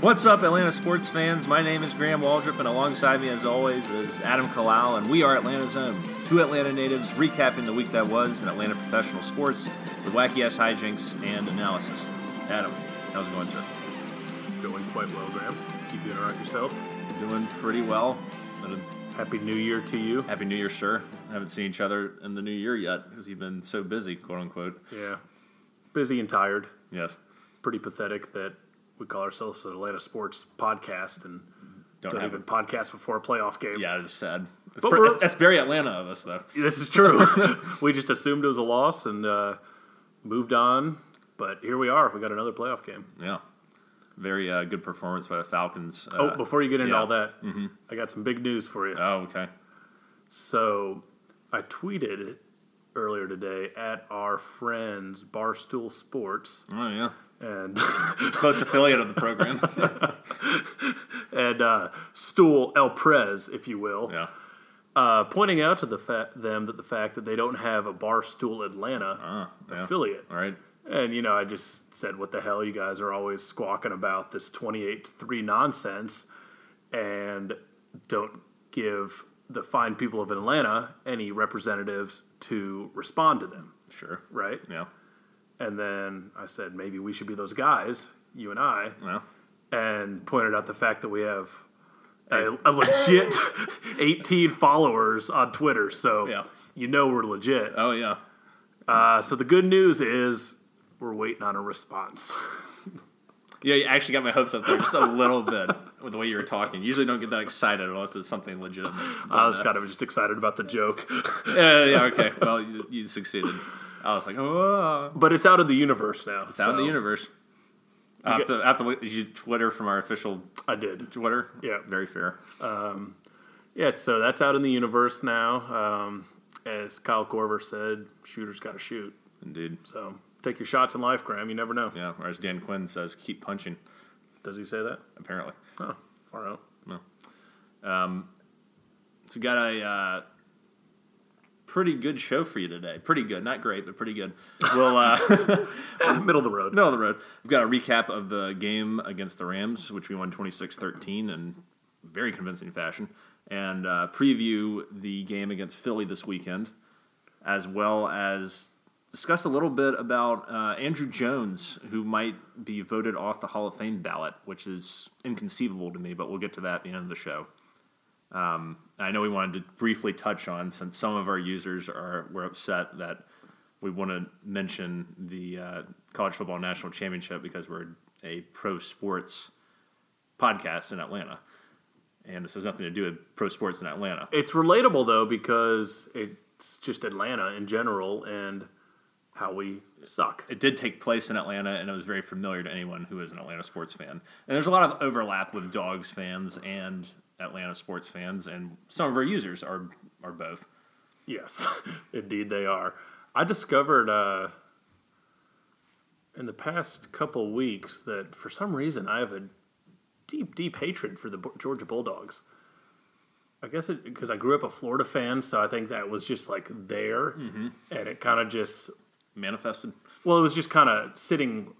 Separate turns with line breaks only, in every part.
What's up, Atlanta sports fans? My name is Graham Waldrop, and alongside me, as always, is Adam Kalal, and we are Atlanta's Own, two Atlanta natives recapping the week that was in Atlanta professional sports with wacky ass hijinks and analysis. Adam, how's it going, sir?
Going quite well, Graham. You doing all right yourself?
Doing pretty well. But a
Happy New Year to you.
happy New Year, sir. Haven't seen each other in the new year yet because you've been so busy, quote unquote.
Yeah. Busy and tired.
Yes.
Pretty pathetic that we call ourselves the Atlanta Sports Podcast and
Don't
don't,
have
even
it.
podcast before a playoff game.
Yeah, it's sad. It's
But
pre-
we're-
that's- that's very Atlanta of us, though.
This is true. we just assumed it was a loss and uh, moved on. But here we are. We got another playoff game.
Yeah. Very uh, good performance by the Falcons. Uh,
Oh, before you get into
yeah. Mm-hmm.
all that, I got some big news for you.
oh, okay.
So I tweeted earlier today at our friends Barstool Sports
Oh, yeah.
and
Close affiliate of the program.
and uh, Stool El Prez, if you will,
yeah.
uh, pointing out to the fa- them that the fact that they don't have a Barstool Atlanta
Ah, yeah.
affiliate.
All right.
And you know, I just said, "What the hell? You guys are always squawking about this twenty-eight three nonsense, and don't give the fine people of Atlanta any representatives to respond to them,
Sure.
right?"
Yeah.
And then I said, "Maybe we should be those guys, you and I."
Well,
and pointed out the fact that we have a, a legit 18 followers on Twitter. So
Yeah.
you know we're legit.
oh, yeah.
Uh, so the good news is we're waiting on a response.
Yeah, you actually got my hopes up there just a little bit with the way you were talking. Usually don't get that excited unless it's something legitimate.
I was kind of just excited about the joke,
Yeah, yeah, okay. Well, you, you succeeded. I was like, oh,
but it's out of the universe now.
it's out in the
so
universe. I have to, I have to look, did you Twitter from our official
I did.
Twitter?
Yeah.
Very fair.
Yeah, so that's out in the universe now. Um, as Kyle Corver said, shooters got to shoot.
Indeed.
So take your shots in life, Graham. You never know.
Yeah, or as Dan Quinn says, keep punching,
Does he say that?
apparently.
Oh, far out.
So we got a uh, pretty good show for you today. Pretty good. Not great, but pretty good. We'll, uh,
Middle of the road.
middle of the road. We've got a recap of the game against the Rams, which we won 26 13 in very convincing fashion, and uh, preview the game against Philly this weekend, as well as discuss a little bit about uh, Andrew Jones, who might be voted off the Hall of Fame ballot, which is inconceivable to me, but we'll get to that at the end of the show. I know we wanted to briefly touch on since some of our users are were upset that we want to mention the uh, college football national championship because we're a pro sports podcast in Atlanta, and this has nothing to do with pro sports in Atlanta.
it's relatable though because it's just Atlanta in general and how we suck.
It did take place in Atlanta, and it was very familiar to anyone who is an Atlanta sports fan. And there's a lot of overlap with Dogs fans and Atlanta sports fans, and some of our users are are both.
Yes, indeed they are. I discovered uh, in the past couple weeks that for some reason I have a deep, deep hatred for the Bu- Georgia Bulldogs. I guess it because I grew up a Florida fan, so I think that was just like there, and it kind of just
Manifested.
Well, it was just kind of sitting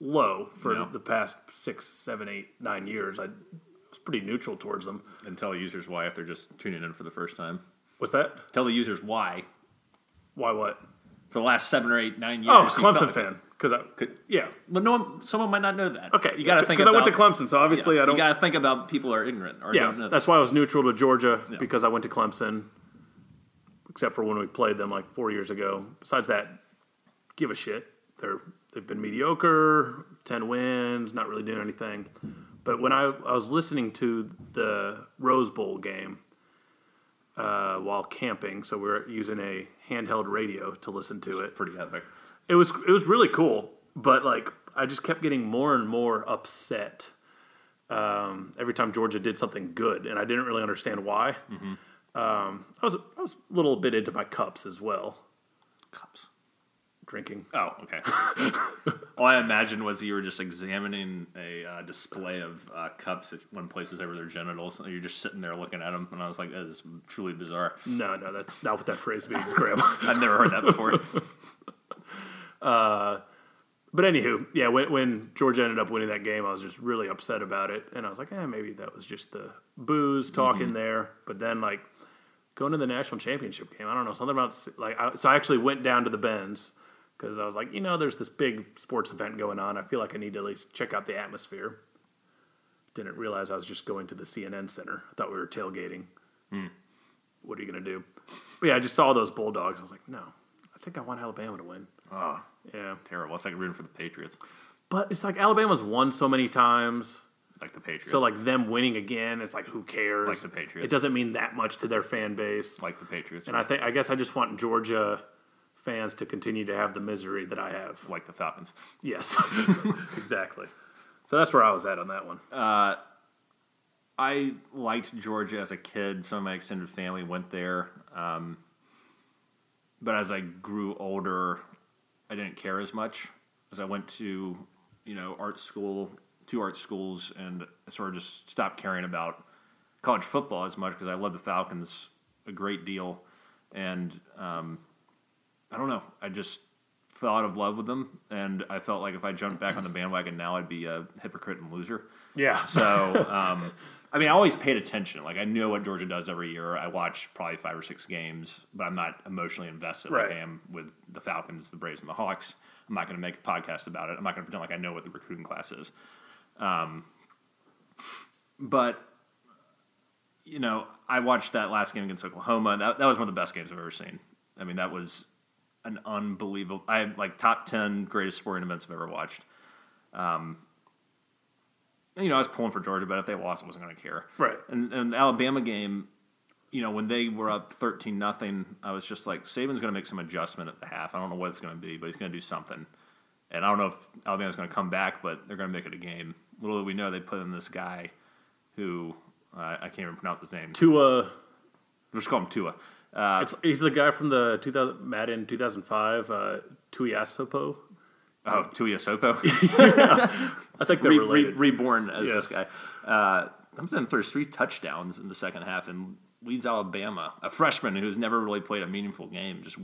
low for
Yeah.
the past six, seven, eight, nine years. I was pretty neutral towards them.
And tell users why if they're just tuning in for the first time.
What's that?
tell the users why
Why what?
for the last seven or eight, nine years.
Oh,
you
Clemson
felt-
fan. Because I, yeah.
But no one, someone might not know that.
Okay.
you got to think
because I went to
about-
Clemson, so obviously I
You
don't.
got to think about people are ignorant or don't
yeah,
know.
that's why I was neutral to Georgia because I went to Clemson, except for when we played them like four years ago. Besides that, give a shit. They're they've been mediocre, ten wins, not really doing anything. But when I, I was listening to the Rose Bowl game uh, while camping, so we were using a handheld radio to listen to it.
pretty epic.
It was it was really cool, but like I just kept getting more and more upset um, every time Georgia did something good, and I didn't really understand why. Um, I was I was a little bit into my cups as well,
Cups.
drinking.
Oh, okay. All I imagined was you were just examining a uh, display of uh, cups at one places over their genitals, and you're just sitting there looking at them. And I was like, that is truly bizarre.
No, no, that's not what that phrase means, Graham.
I've never heard that before.
But anywho, yeah, when, when Georgia ended up winning that game, I was just really upset about it, and I was like, eh, maybe that was just the booze talking there. But then like going to the national championship game, I don't know something about like I, so I actually went down to the Benz because I was like, you know, there's this big sports event going on. I feel like I need to at least check out the atmosphere. Didn't realize I was just going to the CNN Center. I thought we were tailgating. What are you gonna do? But yeah, I just saw those Bulldogs. I was like, no, I think I want Alabama to win.
Oh,
Yeah.
terrible. It's like rooting for the Patriots.
But it's like Alabama's won so many times.
Like the Patriots.
So like them winning again, it's like who cares?
Like the Patriots.
It doesn't mean that much to their fan base.
like the Patriots.
and I think I guess I just want Georgia fans to continue to have the misery that I have.
like the Falcons.
Yes. exactly. So that's where I was at on that one.
I liked Georgia as a kid. Some of my extended family went there. Um, but as I grew older, I didn't care as much as I went to, you know, art school, two art schools, and I sort of just stopped caring about college football as much because I love the Falcons a great deal. And um, I don't know. I just fell out of love with them. And I felt like if I jumped back on the bandwagon now, I'd be a hypocrite and loser.
yeah.
So, um, I mean, I always paid attention. Like, I know what Georgia does every year. I watch probably five or six games, but I'm not emotionally invested
Right.
like I am with the Falcons, the Braves, and the Hawks. I'm not going to make a podcast about it. I'm not going to pretend like I know what the recruiting class is. Um, but, you know, I watched that last game against Oklahoma, and that, that was one of the best games I've ever seen. I mean, that was an unbelievable, I had like top 10 greatest sporting events I've ever watched Um, you know, I was pulling for Georgia, but if they lost, I wasn't going to care.
Right.
And, and the Alabama game, you know, when they were up 13 nothing, I was just like, Saban's going to make some adjustment at the half. I don't know what it's going to be, but he's going to do something. And I don't know if Alabama's going to come back, but they're going to make it a game. Little did we know, they put in this guy who uh, I can't even pronounce his name.
Tua
Just call him Tua. Uh,
it's, he's the guy from the 2000 Madden 2005 uh Tuiasopo.
oh, Tua Sopo.
I think they're
re- re-
related.
reborn as this
Yes.
guy. Uh, comes in throws three touchdowns in the second half and leads Alabama, a freshman who's never really played a meaningful game, just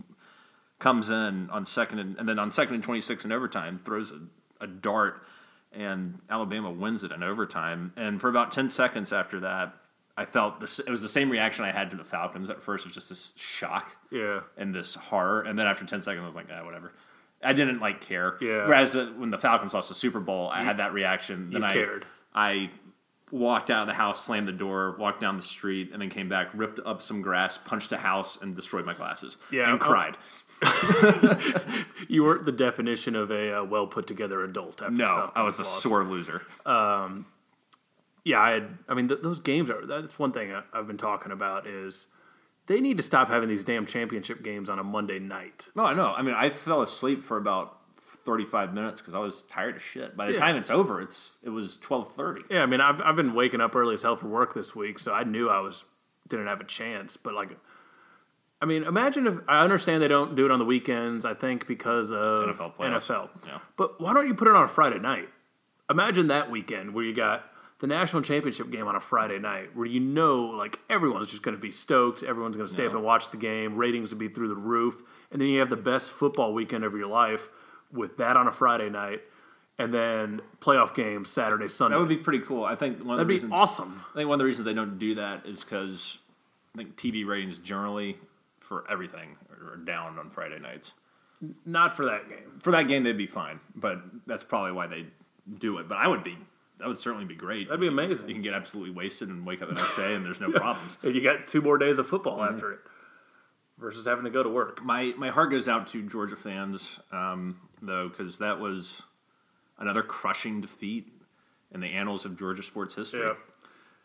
comes in on second and, and then on second and twenty six in overtime throws a, a dart and Alabama wins it in overtime. And for about ten seconds after that, I felt this. It was the same reaction I had to the Falcons at first. It was just this shock
yeah.
and this horror. And then after 10 seconds, I was like, ah, whatever. I didn't like care.
Yeah.
Whereas uh, when the Falcons lost the Super Bowl, I had that reaction. Then I
cared.
I walked out of the house, slammed the door, walked down the street, and then came back, ripped up some grass, punched a house, and destroyed my glasses. And
Yeah, I'll-
cried.
You weren't the definition of a uh, well put together adult. After the
No,
Falcons
I was a
lost.
sore loser.
yeah, I had. I mean, th- those games are. That's one thing I, I've been talking about is they need to stop having these damn championship games on a Monday night.
No, I know. I mean, I fell asleep for about 35 minutes because I was tired as shit. By the
Yeah.
time it's over, it's it was 1230.
Yeah, I mean, I've I've been waking up early as hell for work this week, so I knew I was didn't have a chance. But like, I mean, imagine if I understand they don't do it on the weekends. I think because of
NFL playoffs.
NFL.
Yeah.
But why don't you put it on a Friday night? Imagine that weekend where you got the national championship game on a Friday night, where you know like everyone's just going to be stoked, everyone's going to stay up and watch the game, ratings would be through the roof, and then you have the best football weekend of your life with that on a Friday night. And then playoff games Saturday, Sunday.
That would be pretty cool. I think one of
That'd
the
be
reasons
awesome.
I think one of the reasons they don't do that is because I think TV ratings generally for everything are down on Friday nights.
Not for that game.
For that game, they'd be fine, but that's probably why they do it. But I would be, that would certainly be great.
That'd be
You
amazing.
can get absolutely wasted and wake up the next day, and there's no problems.
If you got two more days of football after it versus having to go to work.
My my heart goes out to Georgia fans, um, though, because that was another crushing defeat in the annals of Georgia sports history.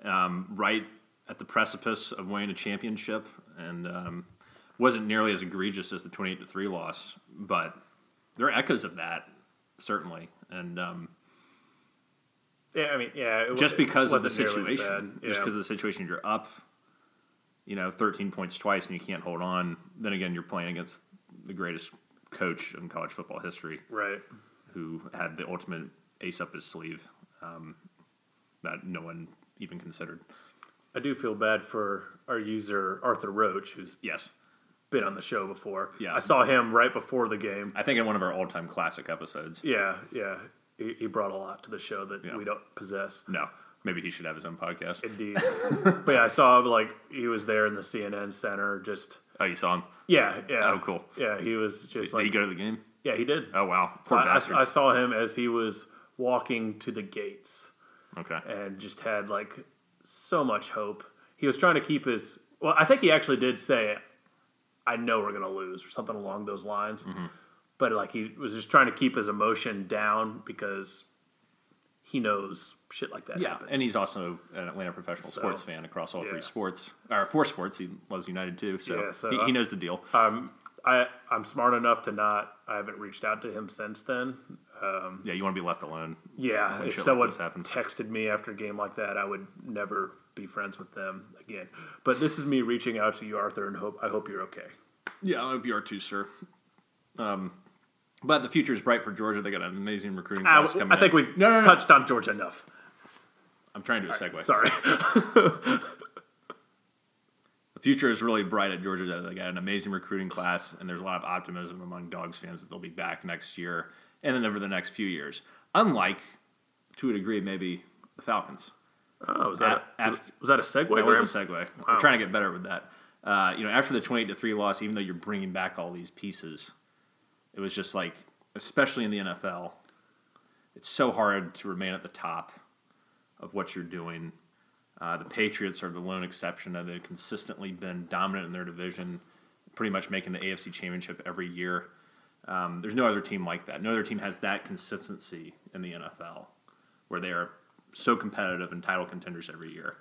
Yeah.
right at the precipice of winning a championship, and um, wasn't nearly as egregious as the twenty-eight to three loss, but there are echoes of that certainly, and um,
Yeah, I mean, yeah. it wa-
just
it
because of the
wasn't nearly as
situation,
bad.
just
Yeah.
because of the situation, you're up, you know, thirteen points twice, and you can't hold on. Then again, you're playing against the greatest coach in college football history,
Right.
who had the ultimate ace up his sleeve um, that no one even considered.
I do feel bad for our user, Arthur Roach, who's
Yes.
been on the show before.
Yeah.
I saw him right before the game.
I think in one of our all time classic episodes.
Yeah, yeah. He, he brought a lot to the show that
Yeah.
we don't possess.
No, maybe he should have his own podcast.
Indeed. but yeah, I saw like he was there in the CNN Center. Just
Oh, you saw him?
yeah, yeah.
Oh, cool.
Yeah, he was just
Did he
like
go to the game?
yeah, he did.
Oh, wow. Poor
I,
bastard.
I, I saw him as he was walking to the gates
okay.
and just had like so much hope. He was trying to keep his. Well, I think he actually did say, "I know we're gonna lose" or something along those lines.
Mm-hmm.
But like he was just trying to keep his emotion down because he knows shit like that
Yeah,
happens.
and he's also an Atlanta professional
So,
sports fan across all
yeah.
three sports or four sports. He loves United too, so,
Yeah, so,
he,
uh,
he knows the deal.
um, I I'm smart enough to not. I haven't reached out to him since then. Um,
yeah, you want to be left alone.
yeah, if
shit like
someone
this happens.
texted me after a game like that, I would never be friends with them again. But this is me reaching out to you, Arthur, and hope I hope you're okay.
Yeah, I hope you are too, sir. Um, but the future is bright for Georgia. They got an amazing recruiting
I,
class coming.
I think
in.
we've
no, no, no.
touched on Georgia enough.
I'm trying to do a segue.
Sorry.
The future is really bright at Georgia. They got an amazing recruiting class, and there's a lot of optimism among Dogs fans that they'll be back next year and then over the next few years. Unlike, to a degree, maybe the Falcons.
Oh, was that
A-
a, was, was that a segue?
That was
Graham?
a segue. I'm trying to get better with that. Uh, you know, after the 28 to three loss, even though you're bringing back all these pieces, it was just like, especially in the NFL, it's so hard to remain at the top of what you're doing. Uh, the Patriots are the lone exception, and they've consistently been dominant in their division, pretty much making the AFC Championship every year. Um, there's no other team like that. No other team has that consistency in the NFL, where they are so competitive and title contenders every year.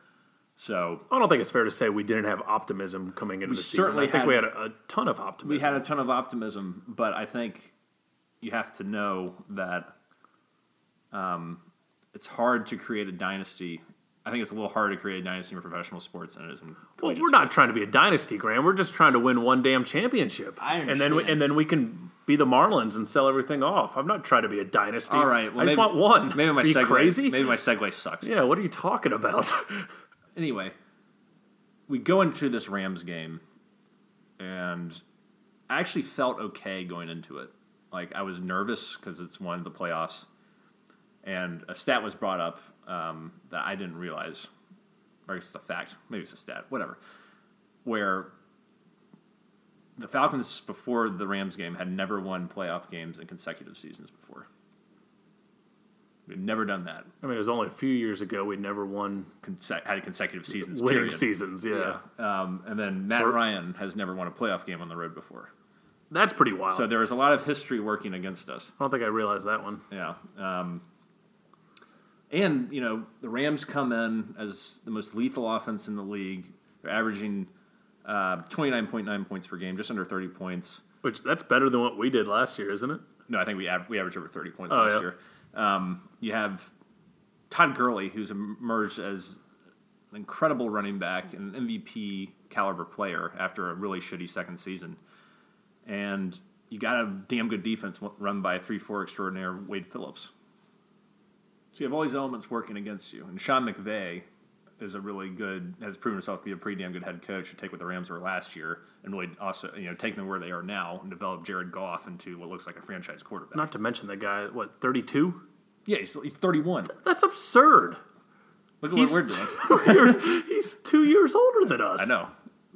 So
I don't think it's fair to say we didn't have optimism coming into the season.
certainly
I think we
had-
had a, a ton of optimism.
we had a ton of optimism, but I think you have to know that um, it's hard to create a dynasty. I think it's a little harder to create a dynasty in professional sports than it is in
well,
collegiate
we're not trying to be a dynasty, Graham. We're just trying to win one damn championship,
I
and then we,
understand.
and then we can be the Marlins and sell everything off. I'm not trying to be a dynasty.
All right, well,
I just
maybe,
want one.
Maybe my
Are you
segue,
crazy?
Maybe my segue sucks.
Yeah, what are you talking about?
Anyway, we go into this Rams game, and I actually felt okay going into it. Like I was nervous because it's one of the playoffs, and a stat was brought up um, that I didn't realize, or it's a fact, maybe it's a stat, whatever, where the Falcons before the Rams game had never won playoff games in consecutive seasons before. We'd never done that.
I mean, it was only a few years ago we'd never won
Conse- had consecutive seasons.
winning
period.
seasons. Yeah.
Um, and then Matt
Or-
Ryan has never won a playoff game on the road before.
that's pretty wild.
So there is a lot of history working against us.
I don't think I realized that one.
Yeah. Um, and, you know, the Rams come in as the most lethal offense in the league. They're averaging uh, 29.9 points per game, just under 30 points.
Which that's better than what we did last year, isn't it?
No, I think we, av- we averaged over 30 points
Oh,
last
yeah.
year. Um, you have Todd Gurley, who's emerged as an incredible running back and an MVP caliber player after a really shitty second season. And you got a damn good defense w- run by 3 4 extraordinaire Wade Phillips. So you have all these elements working against you. And Sean McVay is a really good, has proven himself to be a pretty damn good head coach to take what the Rams were last year and really also, you know, take them where they are now and develop Jared Goff into what looks like a franchise quarterback.
Not to mention the guy, what, 32?
yeah, he's, he's 31.
That's absurd.
Look at what
He's,
we're doing.
he's two years older than us.
I know.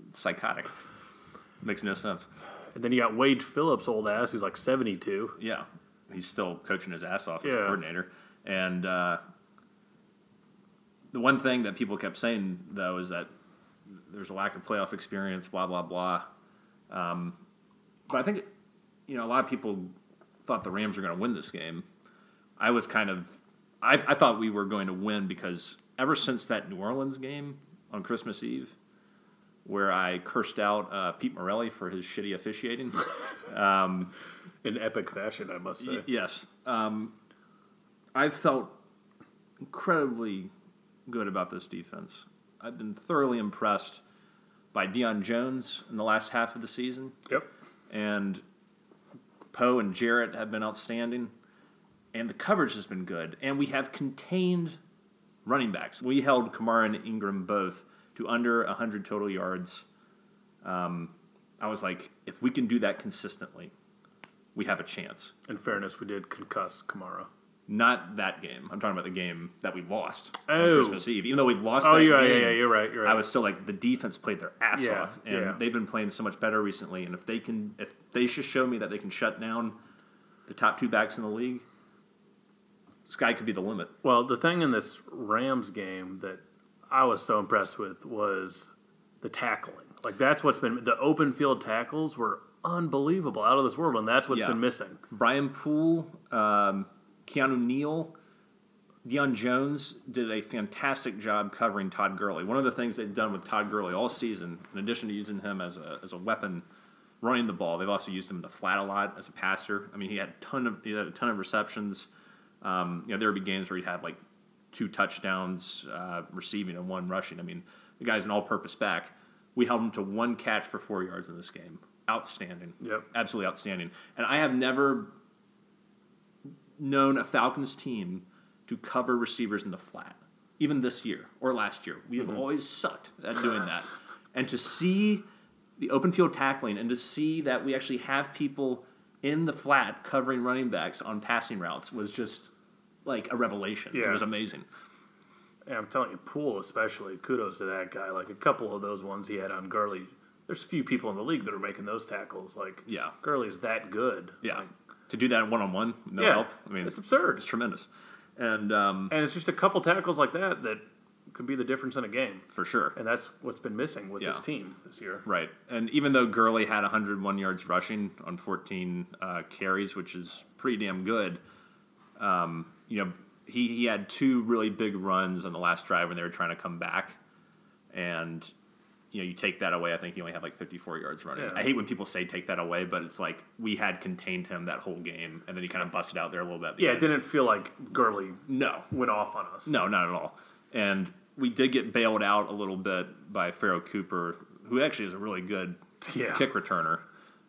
It's psychotic. Makes no sense.
And then you got Wade Phillips, old ass, who's like 72.
Yeah. He's still coaching his ass off as a
Yeah.
coordinator. And uh, the one thing that people kept saying, though, is that there's a lack of playoff experience, blah, blah, blah. Um, but I think, you know, a lot of people thought the Rams were going to win this game. I was kind of, I, I thought we were going to win because ever since that New Orleans game on Christmas Eve, where I cursed out uh, Pete Morelli for his shitty officiating.
In epic fashion, I must say.
Y- yes. Um, I've felt incredibly good about this defense. I've been thoroughly impressed by Deion Jones in the last half of the season,
Yep.
and Poe and Jarrett have been outstanding, and the coverage has been good, and we have contained running backs. We held Kamara and Ingram both to under 100 total yards Um, I was like, if we can do that consistently, we have a chance.
In fairness, we did concuss Kamara.
Not that game. I'm talking about the game that we lost on
Oh.
Christmas Eve. Even though we lost
Oh,
that
yeah,
game,
yeah, yeah, you're right. You're right.
I was still like the defense played their ass
Yeah,
off, and
yeah.
they've been playing so much better recently. And if they can, if they just show me that they can shut down the top two backs in the league, Sky could be the limit.
Well, the thing in this Rams game that I was so impressed with was the tackling. Like that's what's been the open field tackles were unbelievable, out of this world, and that's what's
Yeah.
been missing.
Brian Poole, um, Keanu Neal, Deion Jones did a fantastic job covering Todd Gurley. One of the things they've done with Todd Gurley all season, in addition to using him as a, as a weapon running the ball, they've also used him in the flat a lot as a passer. I mean, he had a ton of he had a ton of receptions. Um, you know, there would be games where he'd have like two touchdowns uh, receiving and one rushing. I mean, the guy's an all-purpose back. We held him to one catch for four yards in this game. Outstanding.
Yep.
Absolutely outstanding. And I have never known a Falcons team to cover receivers in the flat, even this year or last year. We
Mm-hmm.
have always sucked at doing that. and to see the open field tackling and to see that we actually have people in the flat covering running backs on passing routes was just like a revelation. It
Yeah.
was amazing.
And I'm telling you, Poole especially, kudos to that guy. Like a couple of those ones he had on Gurley. There's few people in the league that are making those tackles. Like
Yeah.
Gurley's that good.
Yeah.
Like,
To do that one on one, no
yeah.
help. I mean, it's,
it's absurd.
it's tremendous. And um,
And it's just a couple tackles like that that could be the difference in a game.
for sure.
And that's what's been missing with this
Yeah.
team this year.
Right. And even though Gurley had 101 yards rushing on 14 uh, carries, which is pretty damn good, um, you know, he, he had two really big runs on the last drive when they were trying to come back. And, you know, you take that away, I think he only had like 54 yards running.
Yeah.
I hate when people say take that away, but it's like we had contained him that whole game, and then he kind of busted out there a little bit. at the
Yeah, it
end.
didn't feel like Gurley
No,
went off on us.
no, not at all. And we did get bailed out a little bit by Pharaoh Cooper, who actually is a really good
Yeah.
kick returner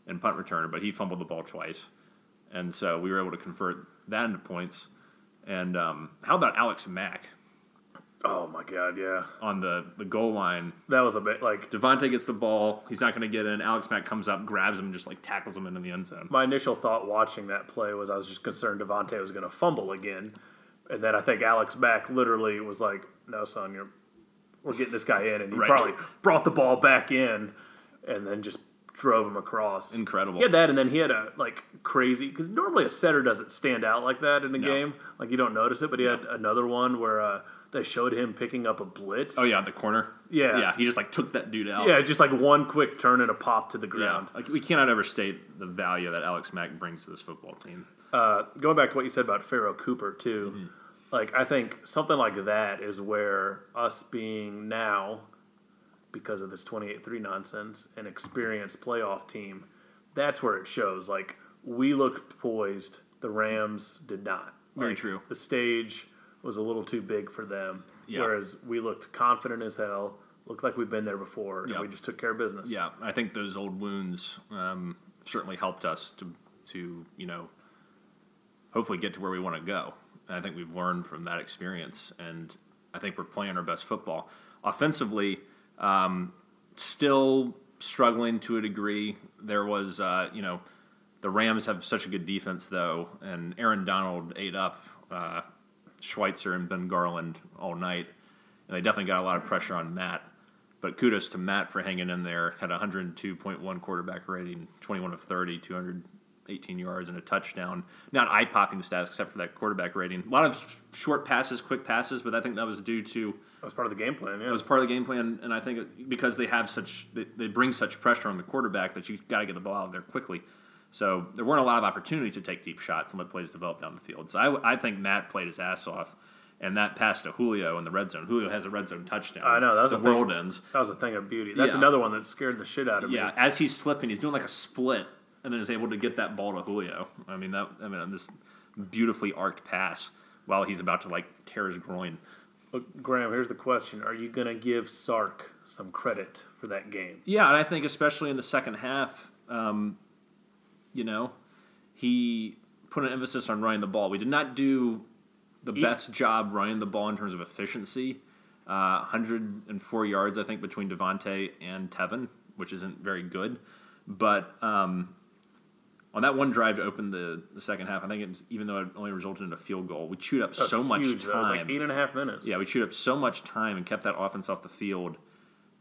and punt returner, but he fumbled the ball twice. And so we were able to convert that into points. And um, how about Alex Mack
Oh my god, yeah.
on the, the goal line?
That was a bit like
Devontae gets the ball. He's not going to get in. Alex Mack comes up, grabs him, and just like tackles him into the end zone.
my initial thought watching that play was I was just concerned Devontae was going to fumble again, and then I think Alex back literally was like, "No, son, you're we're getting this guy in," and he
Right.
probably brought the ball back in, and then just drove him across.
Incredible.
He had that, and then he had a like crazy because normally a setter doesn't stand out like that in a game, like you don't notice it, but he had another one where uh, they showed him picking up a blitz.
Oh, yeah, the corner.
Yeah.
Yeah, he just like took that dude out.
Yeah, just like one quick turn and a pop to the
Yeah.
ground.
Like, we cannot overstate the value that Alex Mack brings to this football team.
Uh, going back to what you said about Pharaoh Cooper too,
Mm-hmm.
like I think something like that is where us being now, because of this twenty eight three nonsense, an experienced playoff team, that's where it shows. Like we looked poised, the Rams did not.
Very
Like,
true.
The stage was a little too big for them,
Yeah.
whereas we looked confident as hell. Looked like we've been there before,
Yeah.
and we just took care of business.
Yeah, I think those old wounds um, certainly helped us to to you know hopefully get to where we want to go. And I think we've learned from that experience, and I think we're playing our best football offensively. Um, still struggling to a degree. There was uh, you know the Rams have such a good defense though, and Aaron Donald ate up uh, Schweitzer and Ben Garland all night, and they definitely got a lot of pressure on Matt. But kudos to Matt for hanging in there. Had 102.1 quarterback rating, 21 of 30, 218 yards and a touchdown. Not eye popping stats except for that quarterback rating. A lot of sh- short passes, quick passes, but I think that was due to
That was part of the game plan. Yeah,
it was part of the game plan, and I think it- because they have such, they, they bring such pressure on the quarterback that you got to get the ball out of there quickly. So there weren't a lot of opportunities to take deep shots and let plays develop down the field. So I, I think Matt played his ass off, and that pass to Julio in the red zone. Julio has a red zone touchdown.
I know, that was
the
a big-
world ends.
that was a thing of beauty. That's
Yeah.
another one that scared the shit out of me.
Yeah, as he's slipping, he's doing like a split, and then is able to get that ball to Julio. I mean that. I mean this beautifully arced pass while he's about to like tear his groin.
Look, Graham, here's the question: Are you going to give Sark some credit for that game?
Yeah, and I think especially in the second half, um, you know, he put an emphasis on running the ball. We did not do the best job running the ball in terms of efficiency. Uh, 104 yards, I think, between Devontae and Tevin, which isn't very good. But um, on that one drive to open the, the second half, I think it was, even though it only resulted in a field goal, we chewed up
That was
so much
huge.
time.
That was like eight and a half minutes.
Yeah, we chewed up so much time and kept that offense off the field.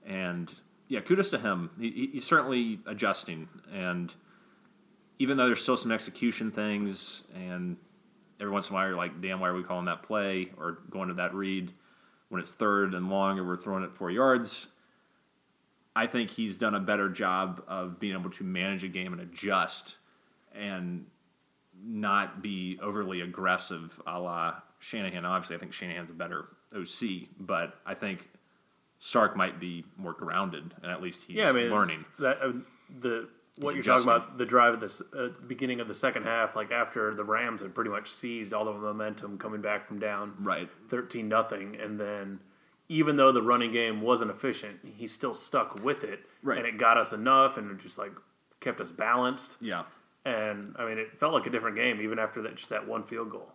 And yeah, kudos to him. He, he- he's certainly adjusting. And even though there's still some execution things, and every once in a while you're like, damn, why are we calling that play or going to that read when it's third and long and we're throwing it four yards? I think he's done a better job of being able to manage a game and adjust and not be overly aggressive a la Shanahan. Obviously, I think Shanahan's a better OC, but I think Sark might be more grounded, and at least he's
yeah, I mean,
learning.
that uh, the what you're
He's
talking
adjusting.
about the drive at the s- uh, beginning of the second half, like after the Rams had pretty much seized all the momentum coming back from down
Right.
thirteen nothing, and then even though the running game wasn't efficient, he still stuck with it,
Right.
and it got us enough, and it just like kept us balanced.
Yeah.
And I mean, it felt like a different game even after that just that one field goal.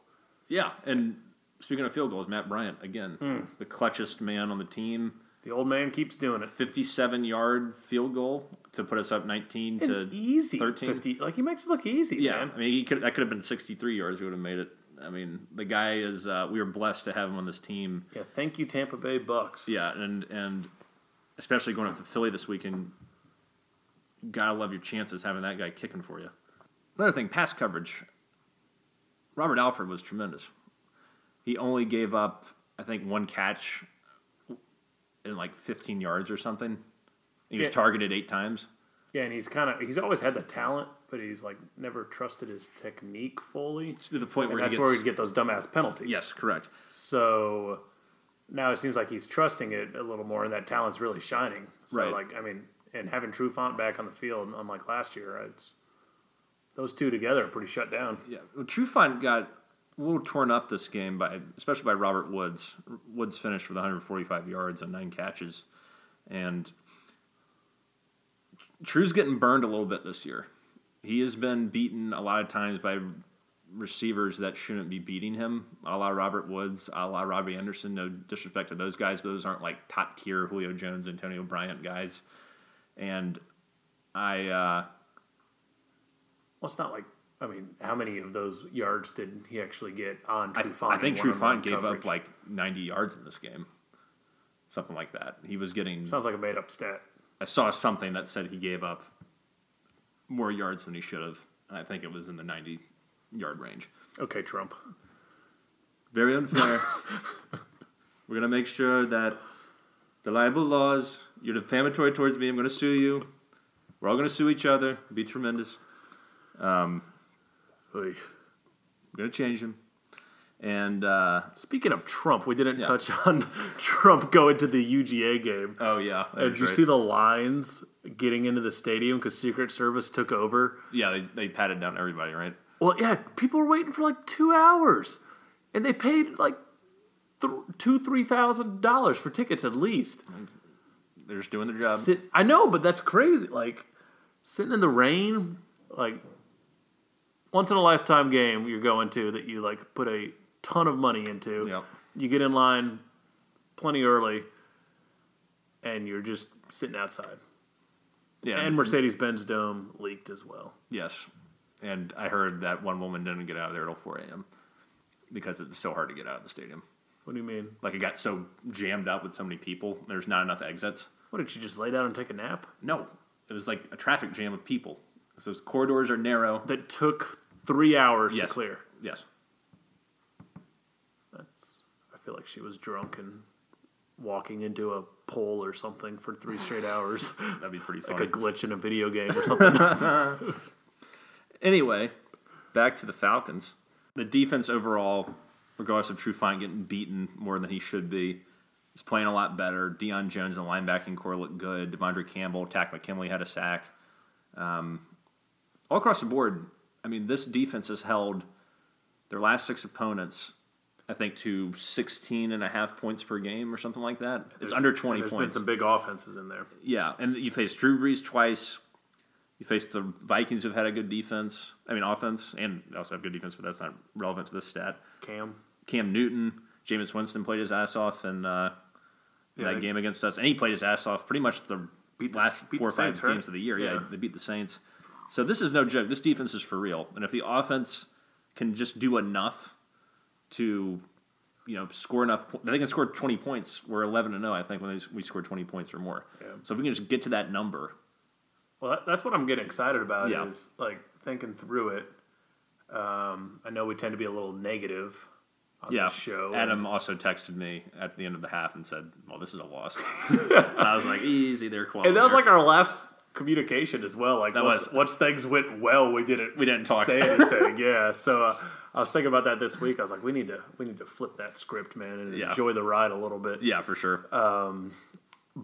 Yeah. And speaking of field goals, Matt Bryant, again,
Hmm.
the clutchest man on the team.
The old man keeps doing it.
57 yard field goal to put us up 19 to
An easy
13.
50 like he makes it look easy
Yeah,
man
I mean, he could that could have been 63 yards. We would have made it. I mean, the guy is. Uh, we were blessed to have him on this team.
yeah thank you tampa bay bucks
Yeah, and and especially going up to Philly this weekend, gotta love your chances having that guy kicking for you. Another thing, pass coverage. Robert Alford was tremendous. He only gave up, I think, one catch in like 15 yards or something. He was
Yeah.
targeted eight times.
yeah and he's kind of he's always had the talent but he's like never trusted his technique fully
To the point
and
where
that's
he gets.
where we get those dumbass penalties
yes, correct.
so now it seems like he's trusting it a little more and that talent's really shining so
Right.
like i mean and having true font back on the field unlike last year it's those two together are pretty shut down
Yeah, well, Trufant got a little torn up this game by, especially by Robert Woods. Woods finished with 145 yards and nine catches, and True's getting burned a little bit this year. He has been beaten a lot of times by receivers that shouldn't be beating him, a la Robert Woods, a la Robbie Anderson. No disrespect to those guys, but those aren't like top tier Julio Jones, Antonio Bryant guys. And I, uh,
well it's not like i mean how many of those yards did he actually get on
I,
true
I think Trufant gave up like 90 yards in this game, something like that. He was getting.
Sounds like a made up stat.
I saw something that said he gave up more yards than he should have, and I think it was in the 90 yard range.
Okay, Trump.
Very unfair. We're gonna make sure that the libel laws. You're defamatory towards me. I'm gonna sue you. We're all gonna sue each other. It'd be tremendous.
Oy.
We're gonna change him. And uh,
Speaking of Trump, we didn't
Yeah.
touch on Trump going to the UGA game.
oh yeah,
Did you see the lines getting into the stadium because Secret Service took over?
yeah, they, they patted down everybody, right?
Well, yeah, people were waiting for like two hours, and they paid like th- two, three thousand dollars for tickets at least.
They're just doing their job.
Sit, I know, but that's crazy. Like sitting in the rain, like once in a lifetime game you're going to that you like put a ton of money into.
Yep.
You get in line plenty early, and you're just sitting outside.
Yeah,
And Mercedes Benz Dome leaked as well.
Yes. And I heard that one woman didn't get out of there till 4 a.m. because it's so hard to get out of the stadium.
What do you mean?
Like it got so jammed up with so many people, there's not enough exits.
What did she just lay down and take a nap?
No, it was like a traffic jam of people. So those corridors are narrow.
That took three hours
Yes.
to clear.
Yes.
That's. I feel like she was drunk and walking into a pole or something for three straight hours.
That'd be pretty
like
funny.
a glitch in a video game or something.
Anyway, back to the Falcons. The defense overall, regardless of Trufant getting beaten more than he should be, is playing a lot better. Deion Jones and the linebacking core looked good. Devondre Campbell, Tack McKinley had a sack. Um, all across the board, I mean, this defense has held their last six opponents, I think, to 16 and a half points per game or something like that. It's under 20
There's been
points.
some big offenses in there.
Yeah, and you faced Drew Brees twice. You faced the Vikings, who've had a good defense. I mean, offense, and they also have good defense, but that's not relevant to this stat.
Cam.
Cam Newton, Jameis Winston played his ass off in, uh, in
Yeah,
that
they-
game against us, and he played his ass off pretty much the
beat the,
last
beat
four or
the
five
Saints, right?
games of the year. Yeah.
Yeah.
they beat the Saints. So this is no joke. This defense is for real. And if the offense can just do enough to, you know, score enough, po- they can score twenty points. We're eleven to zero, I think, when they, we score twenty points or more.
Yeah.
So if we can just get to that number,
Well, that, that's what I'm getting excited about
Yeah.
is like thinking through it. Um, I know we tend to be a little negative on
yeah.
this show.
Adam also texted me at the end of the half and said, "Well, this is a loss." and I was like, "Easy, they're quality."
and that was like our last communication as well. Like
That
once,
was-
once things went well, we didn't
We didn't talk.
say anything. yeah. So uh, I was thinking about that this week. I was like, we need to we need to flip that script, man, and
Yeah.
enjoy the ride a little bit.
yeah, for sure.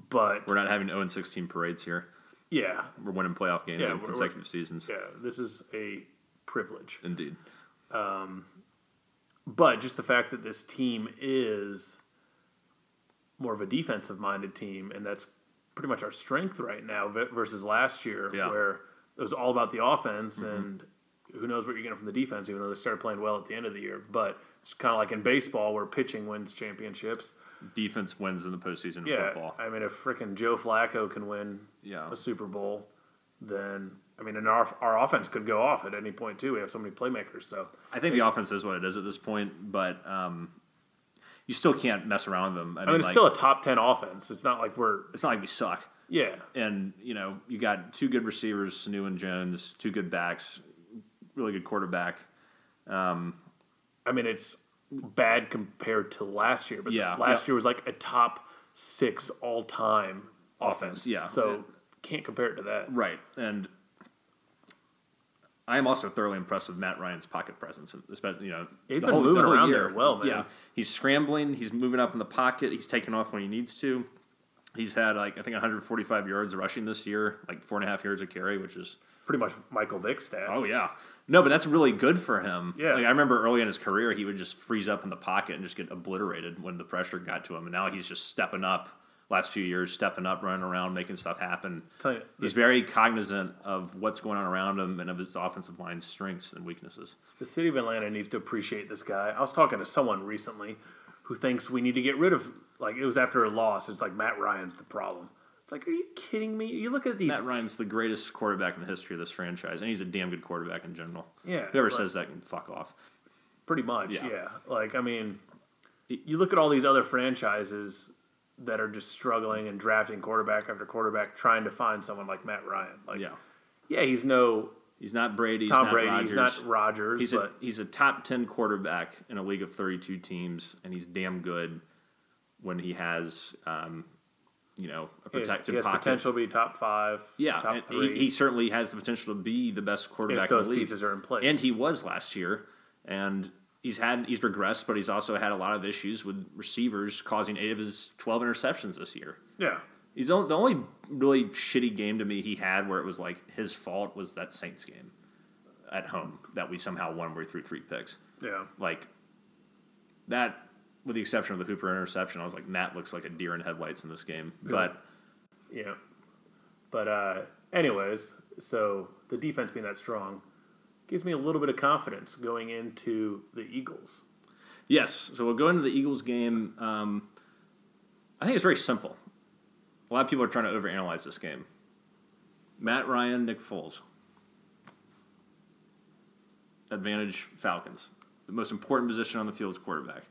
But
we're not having 0 and 16 parades here.
yeah,
We're winning playoff games
Yeah,
in
we're- we're-
consecutive seasons.
yeah, this is a privilege.
Indeed.
But just the fact that this team is more of a defensive minded team, and that's pretty much our strength right now v- versus last year,
Yeah. Mm-hmm.
where it was all about the offense, and who knows what you're getting from the defense, even though they started playing well at the end of the year. But it's kind of like in baseball where pitching wins championships.
Defense wins in the postseason of
Yeah.
football.
I mean, if freaking Joe Flacco can win
Yeah.
a Super Bowl, then. I mean, and our, our offense could go off at any point too. We have so many playmakers, so
I think the offense is what it is at this point, but um, you still can't mess around with them. I mean,
I mean, it's
like,
still a top ten offense. It's not like we're
it's not like we suck.
yeah,
And, you know, you got two good receivers, Sanu and Jones, two good backs, really good quarterback.
I mean, it's bad compared to last year, but
Yeah.
last
Yeah.
year was like a top six all time offense.
yeah.
So can't compare it to that.
Right. And I am also thoroughly impressed with Matt Ryan's pocket presence, especially you know
He's been moving around there well, man.
Yeah, he's scrambling. He's moving up in the pocket. He's taking off when he needs to. He's had like I think 145 yards rushing this year, like four and a half yards of carry, which is
Pretty much Michael Vick stats.
oh yeah, no, but that's really good for him.
Yeah.
like I remember early in his career, he would just freeze up in the pocket and just get obliterated when the pressure got to him, and now he's just stepping up. Last few years, stepping up, running around, making stuff happen.
Tell you,
He's
this,
very cognizant of what's going on around him and of his offensive line's strengths and weaknesses.
the city of Atlanta needs to appreciate this guy. I was talking to someone recently who thinks we need to get rid of, like, it was after a loss. It's like Matt Ryan's the problem. It's like, are you kidding me? You look at these.
Matt Ryan's the greatest quarterback in the history of this franchise, and he's a damn good quarterback in general.
Yeah,
Whoever
like-
says that can fuck off.
Pretty much,
Yeah.
yeah. Like, I mean, y- you look at all these other franchises that are just struggling and drafting quarterback after quarterback, trying to find someone like Matt Ryan. Like,
Yeah.
yeah, he's no
He's not Brady. He's
Tom
not
Brady,
Rodgers.
he's not Rodgers,
He's a
but
he's a top ten quarterback in a league of thirty two teams, and he's damn good when he has, um, you know, a
he has-
protected
he has
pocket.
potential to be top five,
Yeah, and
top three.
He, he certainly has the potential to be the best quarterback.
if those
in the league.
pieces are in place,
and he was last year and he's had he's regressed but he's also had a lot of issues with receivers causing eight of his 12 interceptions this year
yeah,
he's on, the only really shitty game to me he had where it was like his fault was that saints game at home that we somehow won where he threw three picks
yeah,
like that with the exception of the hooper interception i was like matt looks like a deer in headlights in this game but
yeah. But uh, anyways, so the defense being that strong gives me a little bit of confidence going into the Eagles.
Yes. So we'll go into the Eagles game. Um, I think it's very simple. A lot of people are trying to overanalyze this game. Matt Ryan, Nick Foles. Advantage Falcons. The most important position on the field is quarterback.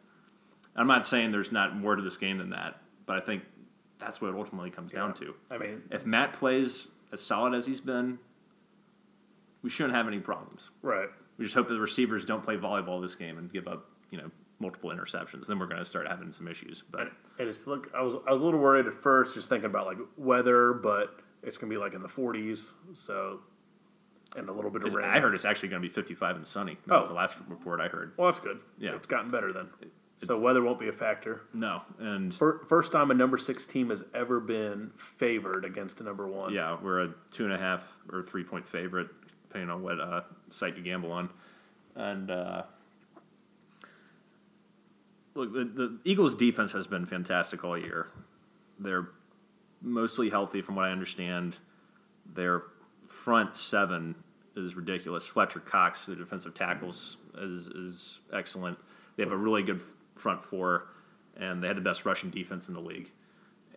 I'm not saying there's not more to this game than that, but I think that's what it ultimately comes down to.
I mean,
If Matt plays as solid as he's been, we shouldn't have any problems.
right.
We just hope that the receivers don't play volleyball this game and give up, you know, multiple interceptions. Then we're going to start having some issues. But
And, and it's look, I was I was a little worried at first, just thinking about like weather, but it's gonna be like in the 40s, so and a little bit of rain.
I heard it's actually going to be 55 and sunny. That was
Oh.
the last report I heard.
Well, that's good.
Yeah.
it's gotten better then. So weather won't be a factor.
No, and
Fir first time a number six team has ever been favored against a number one.
yeah, we're a two and a half or three point favorite, depending on what uh, site you gamble on. And uh, look, the, the Eagles' defense has been fantastic all year. They're mostly healthy, from what I understand. Their front seven is ridiculous. Fletcher Cox, the defensive tackles, is is excellent. They have a really good f- front four, and they had the best rushing defense in the league.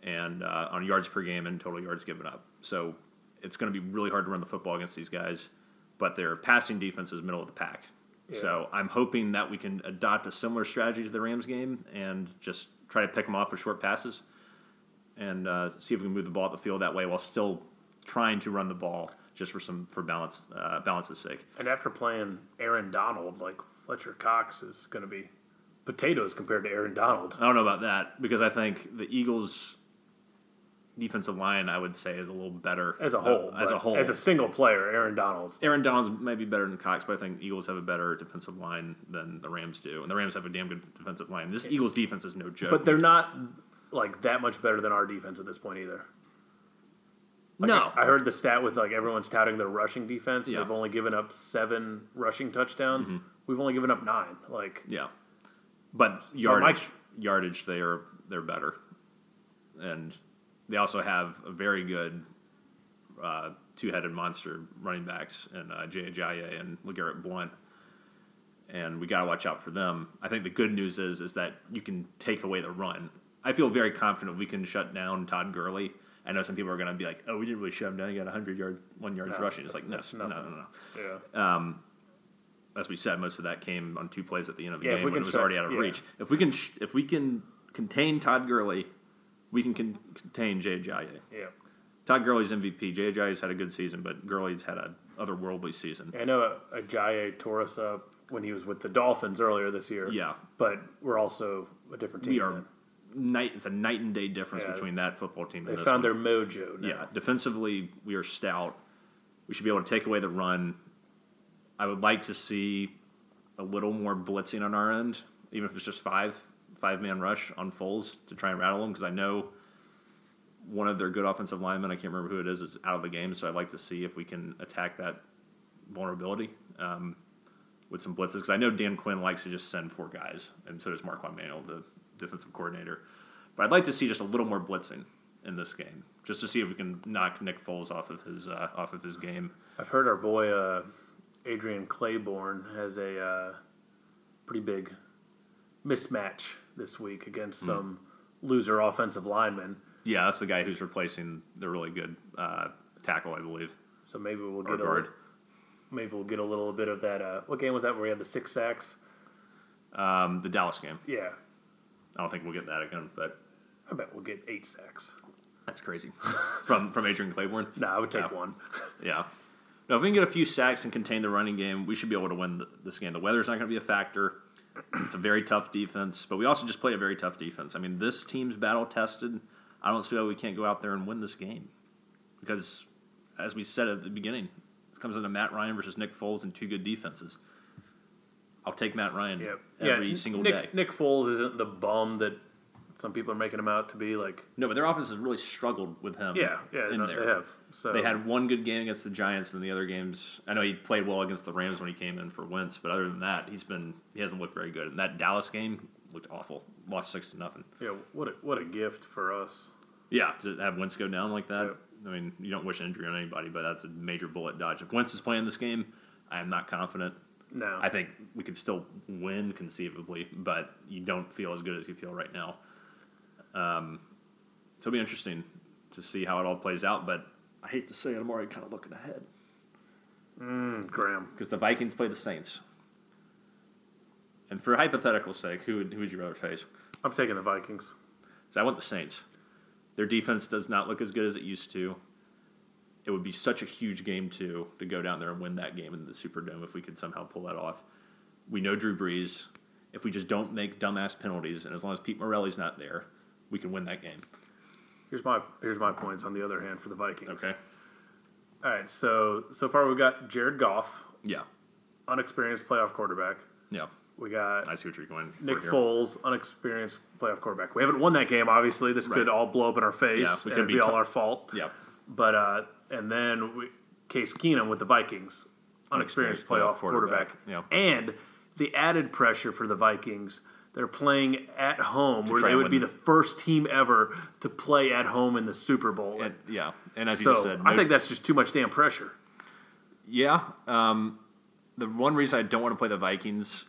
and uh, on yards per game and total yards given up. So it's going to be really hard to run the football against these guys, but their passing defense is middle of the pack. So I'm hoping that we can adopt a similar strategy to the Rams game and just try to pick them off with short passes and uh, see if we can move the ball up the field that way while still trying to run the ball just for some for balance uh, balance's sake.
And after playing Aaron Donald, like Fletcher Cox is going to be potatoes compared to Aaron Donald.
I don't know about that because I think the Eagles defensive line I would say is a little better
As a whole,
uh, as a
but
whole
as a single player, Aaron Donald's
Aaron Donald's might be better than Cox, but I think Eagles have a better defensive line than the Rams do, and the Rams have a damn good defensive line. This Eagles defense is no joke.
But they're not like that much better than our defense at this point either. Like,
No.
I heard the stat with like everyone's touting their rushing defense.
Yeah. Mm-hmm.
They've only given up seven rushing touchdowns. We've only given up nine. Like
yeah, but yardage
Mike-
yardage they are they're better, and they also have a very good uh, two headed monster running backs and uh, Jay Ajayi and Legarrette Blunt. and we got to watch out for them. I think the good news is is that you can take away the run. I feel very confident we can shut down Todd Gurley. I know some people are going to be like, "Oh, we didn't really shut him down. He got 100 yard, one yards
No,
rushing." It's like,
that's-
no,
that's
no, no,
nothing.
no, no.
yeah.
Uh. As we said, most of that came on two plays at the end of the
Yeah, if
game
we
when
can
it was
shut-
already out of
yeah.
reach. If we can, sh- if we can contain Todd Gurley, we can con- contain Jay Ajayi.
yeah.
Todd Gurley's MVP. Jay Ajayi's had a good season, but Gurley's had a otherworldly season.
I know uh, Ajayi tore us up when he was with the Dolphins earlier this year.
Yeah.
But we're also a different team.
We are
then.
night. It's a night and day difference
Yeah.
between that football team.
they
and this
found
one.
their mojo now.
Yeah, defensively we are stout. We should be able to take away the run. I would like to see a little more blitzing on our end, even if it's just five five man rush on Foles to try and rattle them. Because I know one of their good offensive linemen, I can't remember who it is, is out of the game. So I'd like to see if we can attack that vulnerability um, with some blitzes. Because I know Dan Quinn likes to just send four guys, and so does Marquand Manuel, the defensive coordinator. But I'd like to see just a little more blitzing in this game, just to see if we can knock Nick Foles off of his uh, off of his game.
I've heard our boy uh, Adrian Claiborne has a uh, pretty big mismatch this week
Hmm.
against some loser offensive lineman.
Yeah, that's the guy who's replacing the really good uh, tackle, I believe,
So maybe we'll
or
get a,
guard.
maybe we'll get a little bit of that. Uh, what game was that where we had the six sacks?
Um, the Dallas game.
Yeah,
I don't think we'll get that again, but
I bet we'll get eight sacks.
that's crazy from from Adrian Claiborne.
No, I would take
Yeah.
one.
Yeah. Now, if we can get a few sacks and contain the running game, we should be able to win th- this game. The weather's not going to be a factor. It's a very tough defense, but we also just played a very tough defense. I mean, this team's battle tested. I don't see how we can't go out there and win this game because, as we said at the beginning, this comes into Matt Ryan versus Nick Foles and two good defenses. I'll take Matt Ryan
Yep.
every
yeah,
single
Nick,
day.
Nick Foles isn't the bum that some people are making him out to be. Like,
No, but their offense has really struggled with him.
yeah, yeah,
Mm-hmm. in
no,
there.
they have. So
They had one good game against the Giants, and the other games. I know he played well against the Rams when he came in for Wentz, but other than that, he's been he hasn't looked very good. And that Dallas game looked awful. Lost six to nothing.
yeah, what a, what a gift for us.
Yeah, to have Wentz go down like that. I mean, you don't wish injury on anybody, but that's a major bullet dodge. If Wentz is playing this game, I am not confident.
No,
I think we could still win conceivably, but you don't feel as good as you feel right now. Um, so it'll be interesting to see how it all plays out. But I hate to say it, I'm already kind of looking ahead.
Graham.
because the Vikings play the Saints. And for hypothetical sake, who would, who would you rather face?
I'm taking the Vikings.
So I want the Saints. Their defense does not look as good as it used to. It would be such a huge game too to go down there and win that game in the Superdome if we could somehow pull that off. We know Drew Brees. If we just don't make dumbass penalties, and as long as Pete Morelli's not there, we can win that game.
Here's my here's my points on the other hand for the Vikings.
Okay.
All right. So so far we've got Jared Goff,
Yeah.
unexperienced playoff quarterback.
Yeah.
We got
I see what you're going. for
Nick
here.
Foles, unexperienced playoff quarterback. We haven't won that game, obviously. This could
Right.
all blow up in our face.
Yeah, we
and
could
it'd be,
be
all
t-
our fault.
Yeah.
But uh, and then we, Case Keenum with the Vikings, unexperienced playoff quarterback.
Yeah.
And the added pressure for the Vikings, they're playing at home, where
try
they
and
would be
win.
the first team ever to play at home in the Super Bowl.
And, yeah. And as you
so
just said,
I
no-
think that's just too much damn pressure.
Yeah. Um, the one reason I don't want to play the Vikings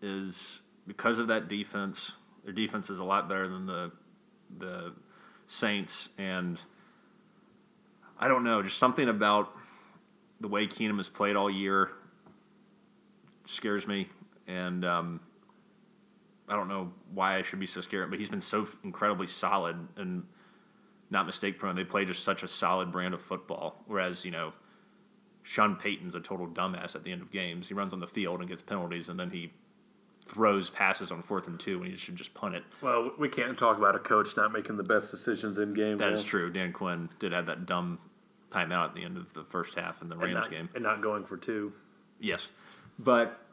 is because of that defense. Their defense is a lot better than the the Saints, and I don't know, just something about the way Keenum has played all year scares me, and um, I don't know why I should be so scared, but he's been so incredibly solid and not mistake prone. They play just such a solid brand of football, whereas you know. Sean Payton's a total dumbass at the end of games. He runs on the field and gets penalties, and then he throws passes on fourth and two when he should just punt it.
Well, we can't talk about a coach not making the best decisions in game.
That is true. Dan Quinn did have that dumb timeout at the end of the first half in the Rams
and not,
game.
and not going for two.
Yes, but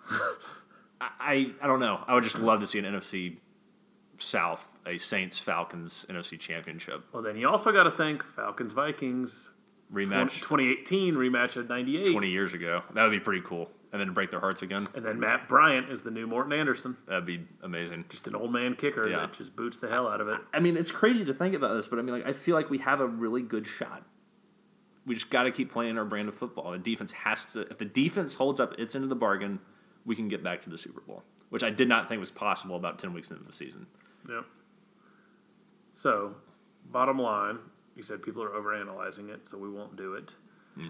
I I don't know. I would just love to see an NFC South, a Saints Falcons NFC Championship
Well, then you also got to think Falcons Vikings
rematch
2018 rematch at 98,
twenty years ago. That would be pretty cool. And then break their hearts again.
and then Matt Bryant is the new Morton Anderson,
That'd be amazing.
just an old man kicker
Yeah.
that just boots the hell out of it.
I mean, it's crazy to think about this, but I mean, like, I feel like we have a really good shot. We just got to keep playing our brand of football. The defense has to. If the defense holds up its end of the bargain, we can get back to the Super Bowl, which I did not think was possible about ten weeks into the season.
Yep. So, bottom line, you said people are overanalyzing it, so we won't do it.
Hmm.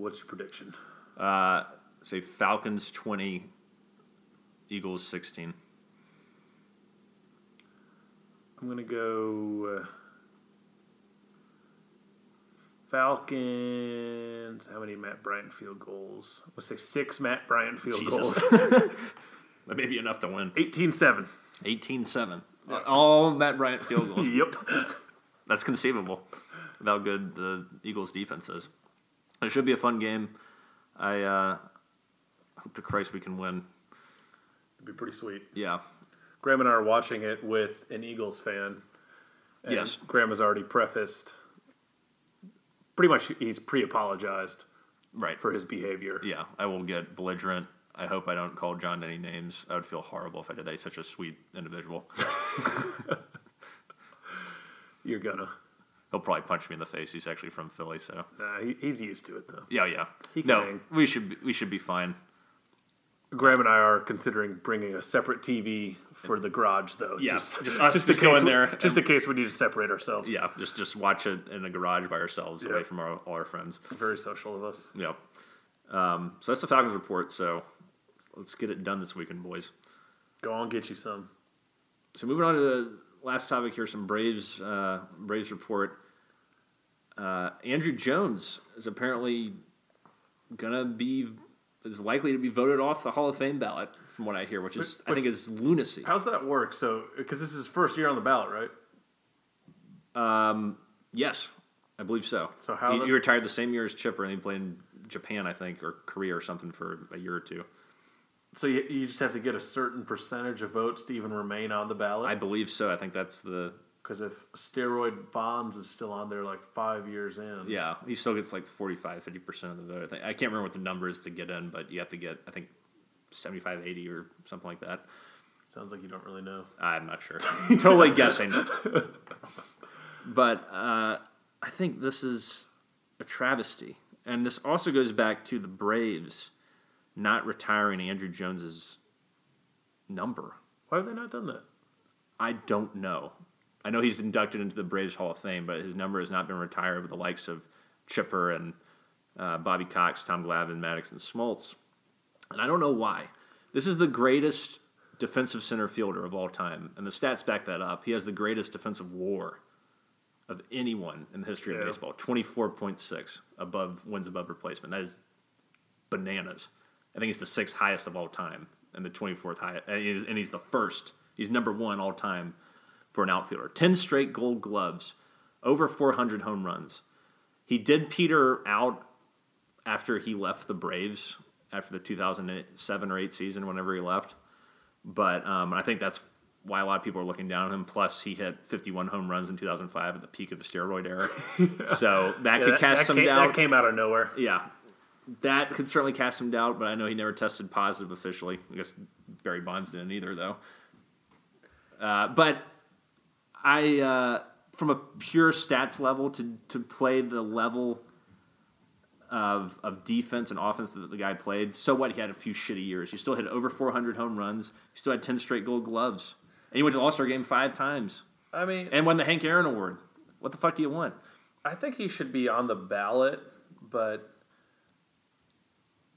What's your prediction?
Uh, say Falcons twenty, Eagles sixteen.
I'm gonna go uh, Falcons. How many Matt Bryant field goals? Let's say six Matt Bryant field
Jesus.
goals.
That may be enough to win.
18-7.
18-7. All Matt Bryant field goals.
Yep.
That's conceivable with how good the Eagles defense is. It should be a fun game. I uh, hope to Christ we can win.
It'd be pretty sweet.
Yeah.
Graham and I are watching it with an Eagles fan. And
Yes.
Graham has already prefaced. Pretty much, he's pre-apologized
Right.
for his behavior.
yeah, I will get belligerent. I hope I don't call John any names. I would feel horrible if I did that. He's such a sweet individual.
You're gonna.
He'll probably punch me in the face. He's actually from Philly, so
Nah, he, he's used to it though.
yeah, yeah.
He can
no,
hang.
we should be, we should be fine.
Graham and I are considering bringing a separate TV for the garage, though.
Yeah, just us, just
in
go
case
in
we-
there
Just in case we need to separate ourselves.
Yeah, just just watch it in the garage by ourselves, away
Yeah.
from our, all our friends.
Very social of us.
Yeah. Um, so that's the Falcons report. So let's get it done this weekend, boys.
Go on, get you some.
So moving on to the last topic here, some Braves uh, Braves report. Uh, Andrew Jones is apparently gonna be is likely to be voted off the Hall of Fame ballot, from what I hear, which is I think is lunacy.
How's that work? So, because this is his first year on the ballot, right?
Yes, I believe so.
So how
he,
the-
he retired the same year as Chipper, and he played in Japan, I think, or Korea or something for a year or two.
So you, you just have to get a certain percentage of votes to even remain on the
I
ballot.
believe so. I think that's the
Because if steroid bonds is still on there, like five years in.
Yeah, he still gets like 45, 50% of the vote. I, think. I can't remember what the number is to get in, but you have to get, I think, 75, 80 or something like that.
Sounds like you don't really know.
I'm not sure. totally guessing. But uh, I think this is a travesty. And this also goes back to the Braves not retiring Andrew Jones's number.
Why have they not done that?
I don't know. I know he's inducted into the Braves Hall of Fame, but his number has not been retired with the likes of Chipper and uh, Bobby Cox, Tom Glavine, Maddox, and Smoltz. And I don't know why. This is the greatest defensive center fielder of all time, and the stats back that up. He has the greatest defensive WAR of anyone in the history
Yeah.
of baseball. Twenty four point six above wins above replacement. That is bananas. I think he's the sixth highest of all time, and the twenty fourth highest, and he's, and he's the first. He's number one all time for an outfielder. Ten straight Gold Gloves, over four hundred home runs. He did peter out after he left the Braves after the 2007 or 8 season, whenever he left. But um, I think that's why a lot of people are looking down on him. Plus, he hit 51 home runs in 2005 at the peak of the steroid era. So that
Yeah,
could
that-
cast
that
some
came,
doubt.
That came out of nowhere.
yeah. That could certainly cast some doubt, but I know he never tested positive officially. I guess Barry Bonds didn't either, though. Uh, but I, uh, from a pure stats level, to, to play the level of, of defense and offense that the guy played, so what? He had a few shitty years. He still hit over 400 home runs. He still had 10 straight gold gloves. And he went to the All Star game five times.
I mean,
and won the Hank Aaron Award. What the fuck do you want?
I think he should be on the ballot, but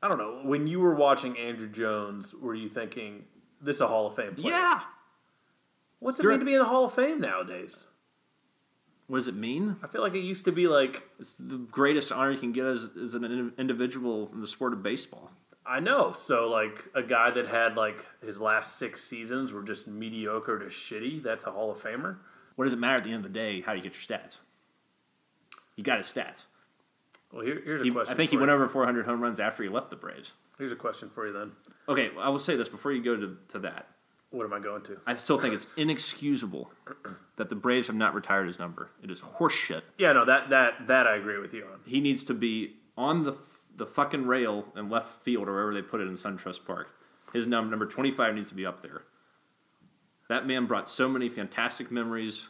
I don't know. When you were watching Andrew Jones, were you thinking this is a Hall of Fame player?
Yeah.
What's it
During-
mean to be in the Hall of Fame nowadays?
What does it mean?
I feel like it used to be like
It's the greatest honor you can get as, as an in- individual in the sport of baseball.
I know. So like a guy that had like his last six seasons were just mediocre to shitty. That's a Hall of Famer.
What does it matter at the end of the day how you get your stats? You got his stats.
Well, here, here's a
He-
question.
I think
for
he went
you.
over 400 home runs after he left the Braves.
Here's a question for you then.
Okay, well, I will say this before you go to, to that.
What am I going to?
I still think it's inexcusable that the Braves have not retired his number. It is horseshit.
Yeah, no, that that that I agree with you on.
He needs to be on the the fucking rail in left field or wherever they put it in SunTrust Park. His number number 25 needs to be up there. That man brought so many fantastic memories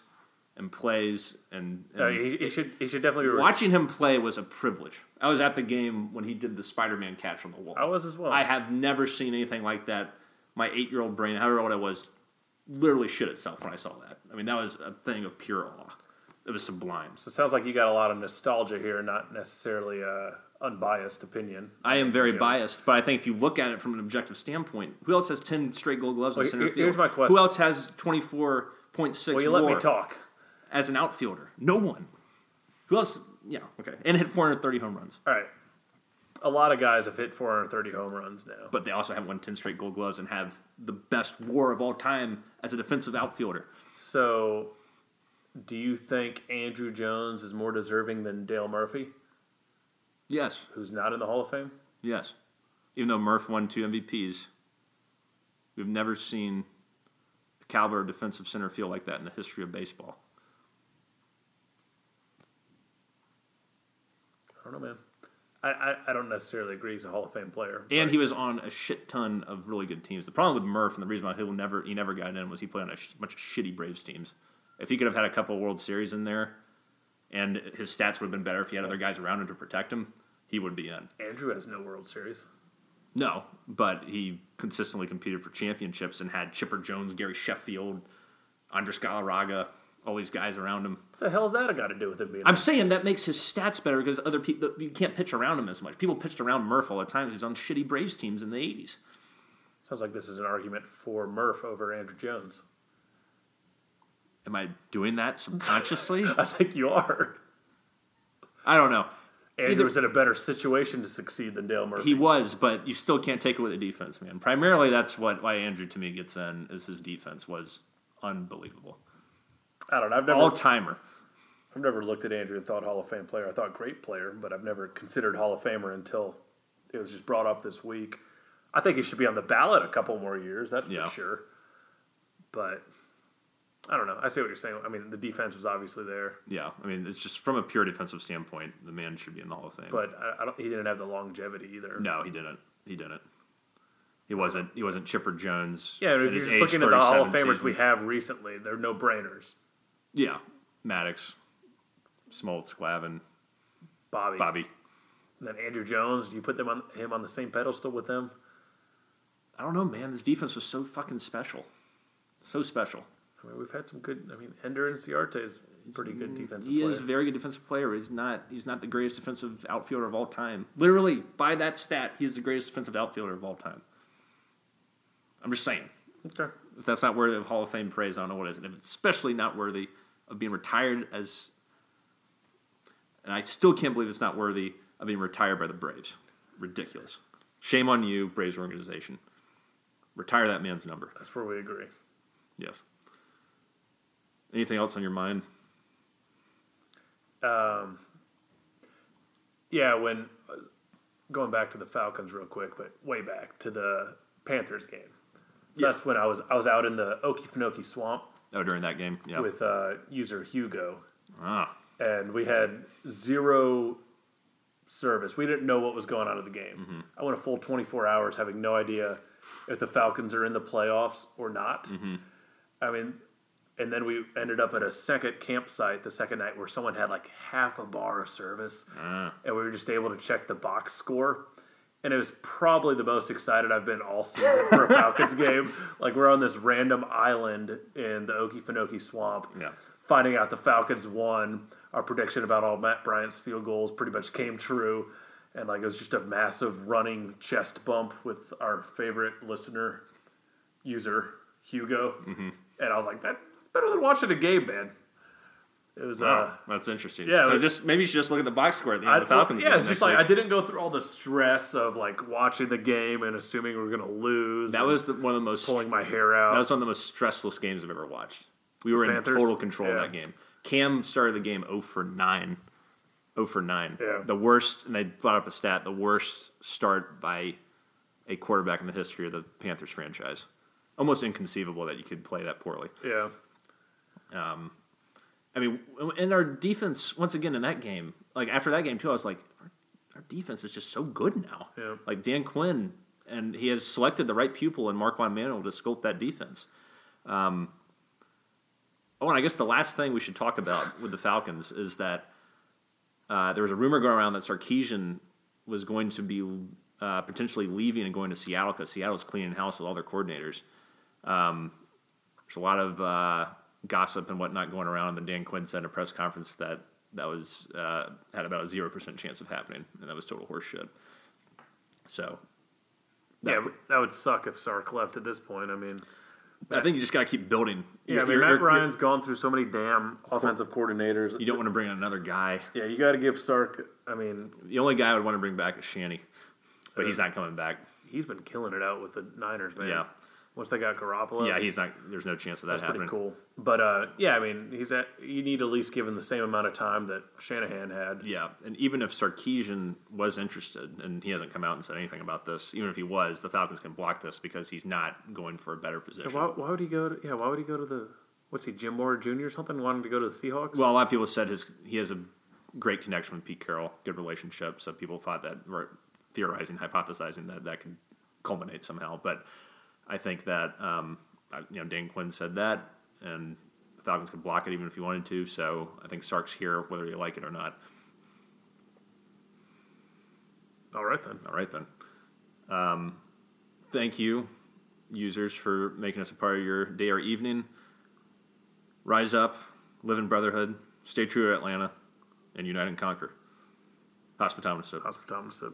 and plays and, and
Uh, he, he should he should definitely be
watching him play was a privilege. I was at the game when he did the Spider-Man catch on the wall.
I was as well.
I have never seen anything like that. My eight year old brain, however old I was, literally shit itself when I saw that. I mean, that was a thing of pure awe. It was sublime.
so it sounds like you got a lot of nostalgia here, not necessarily a unbiased opinion.
I am very
Jones.
biased, but I think if you look at it from an objective standpoint, who else has 10 straight gold gloves in
Well,
center
here-
field?
here's my question.
Who else has 24.6
Well, you
war
let me talk.
as an outfielder? No one. Who else? Yeah, okay. And hit 430 home runs,
All right. A lot of guys have hit 430 home runs now.
but they also have won 10 straight gold gloves and have the best war of all time as a defensive outfielder.
So, do you think Andrew Jones is more deserving than Dale Murphy,
Yes.
who's not in the Hall of Fame?
Yes. Even though Murph won two MVPs, we've never seen a caliber of defensive center field like that in the history of baseball.
I don't know, man. I, I, I don't necessarily agree he's a Hall of Fame player.
And he was on a shit ton of really good teams. The problem with Murph and the reason why he will never he never got in was he played on a sh- bunch of shitty Braves teams. If he could have had a couple World Series in there, and his stats would have been better if he had other guys around him to protect him, he would be in.
Andrew has no World Series.
No, but he consistently competed for championships and had Chipper Jones, Gary Sheffield, Andres Galarraga, all these guys around him.
What the hell's that got to do with it being?
I'm saying that makes his stats better because other people you can't pitch around him as much. People pitched around Murph all the time. He was on shitty Braves teams in the '80s.
Sounds like this is an argument for Murph over Andrew Jones.
Am I doing that subconsciously?
I think you are.
I don't know.
Andrew
Either-
was in a better situation to succeed than Dale Murphy.
He was, but you still can't take it with the defense, man. Primarily, that's what why Andrew to me gets in is his defense was unbelievable,
I don't know. I've never,
all timer.
I've never looked at Andrew and thought Hall of Fame player. I thought great player, but I've never considered Hall of Famer until it was just brought up this week. I think he should be on the ballot a couple more years. That's
Yeah.
for sure. But I don't know. I see what you're saying. I mean, the defense was obviously there,
Yeah, I mean, it's just from a pure defensive standpoint, the man should be in the Hall of Fame.
but I, I don't, he didn't have the longevity either.
no, he didn't. He didn't. He wasn't. He wasn't Chipper Jones. in
Yeah, if you're
his
just
age
looking at the Hall of
37
Famers
season.
we have recently, they're no brainers.
Yeah, Maddox, Smoltz, Glavin,
Bobby,
Bobby.
and then Andrew Jones. Do you put them on him on the same pedestal with them?
I don't know, man. This defense was so fucking special, so special.
I mean, we've had some good. I mean, Ender and Ciarte is a pretty good defensive
Mm, He
player.
is a very good defensive player. He's not. He's not the greatest defensive outfielder of all time. Literally, by that stat, he's the greatest defensive outfielder of all time. I'm just saying.
Okay.
If that's not worthy of Hall of Fame praise, I don't know what is. And if it's especially not worthy of being retired as, and I still can't believe it's not worthy of being retired by the Braves. Ridiculous. Shame on you, Braves organization. Retire that man's number.
That's where we agree.
Yes. Anything else on your mind?
Yeah, when uh, going back to the Falcons real quick, but way back to the Panthers game. That's when I was I was out in the Okefenokee Swamp
Oh, during that game, yeah.
with uh, user Hugo,
ah,
and we had zero service. We didn't know what was going on in the game. I went a full 24 hours having no idea if the Falcons are in the playoffs or not. I mean, and then we ended up at a second campsite the second night where someone had like half a bar of service, and we were just able to check the box score. and it was probably the most excited I've been all season for a Falcons game. Like we're on this random island in the Okefenokee Swamp,
Yeah.
finding out the Falcons won. Our prediction about all Matt Bryant's field goals pretty much came true, and like it was just a massive running chest bump with our favorite listener user Hugo,
Mm-hmm.
and I was like, that's better than watching a game, man. It was uh,
Wow, that's interesting.
yeah,
so
it-
just maybe you should just look at the box score at the end
I,
of the Falcons.
yeah,
game
it's
next
just like
week.
I didn't go through all the stress of like watching the game and assuming we are gonna lose.
that was the, one of the most
pulling my hair out.
that was one of the most stressless games I've ever watched. We were in
Panthers?
total control
Yeah.
of that game. Cam started the game 0 for 9. 0 for 9.
Yeah.
The worst, and they brought up a stat, the worst start by a quarterback in the history of the Panthers franchise. Almost inconceivable that you could play that poorly.
yeah,
I mean, and our defense once again in that game, like after that game too, I was like, our, our defense is just so good now.
Yeah.
Like Dan Quinn, and he has selected the right pupil in Marquand Manuel to sculpt that defense. Um, oh, and I guess the last thing we should talk about with the Falcons is that uh, there was a rumor going around that Sarkeesian was going to be uh, potentially leaving and going to Seattle because Seattle's cleaning house with all their coordinators. There's a lot of uh, gossip and whatnot going around. And then Dan Quinn said in a press conference that that was uh, had about a zero percent chance of happening, and that was total horseshit. So
yeah, that would suck if Sark left at this point. I mean,
I think you just got to keep building.
yeah, I mean
You're-
Matt
you're-
Ryan's gone through so many damn offensive coordinators.
You don't want to bring in another guy.
yeah, you got to give Sark. I mean,
The only guy I would want to bring back is Shanny, but he's not coming back.
he's been killing it out with the Niners, man.
Yeah.
Once they got Garoppolo,
Yeah, he's not. There's no chance of that
that's pretty
happening.
cool. But uh, yeah, I mean, he's at. You need to at least give him the same amount of time that Shanahan had.
Yeah, and even if Sarkeesian was interested, and he hasn't come out and said anything about this, even if he was, the Falcons can block this because he's not going for a better position.
Why, why would he go? To, yeah, why would he go to the? What's he, Jim Moore Jr. or something? Wanting to go to the Seahawks?
Well, a lot of people said his he has a great connection with Pete Carroll, good relationship. So people thought that were theorizing, hypothesizing that that could culminate somehow. But I think that um, I- you know Dan Quinn said that, and the Falcons could block it even if you wanted to. So I think Sark's here, whether you like it or not.
all right then.
All right then. Um, thank you, users, for making us a part of your day or evening. Rise up, live in brotherhood, stay true to Atlanta, and unite and conquer. Hospitometer.
Hospital.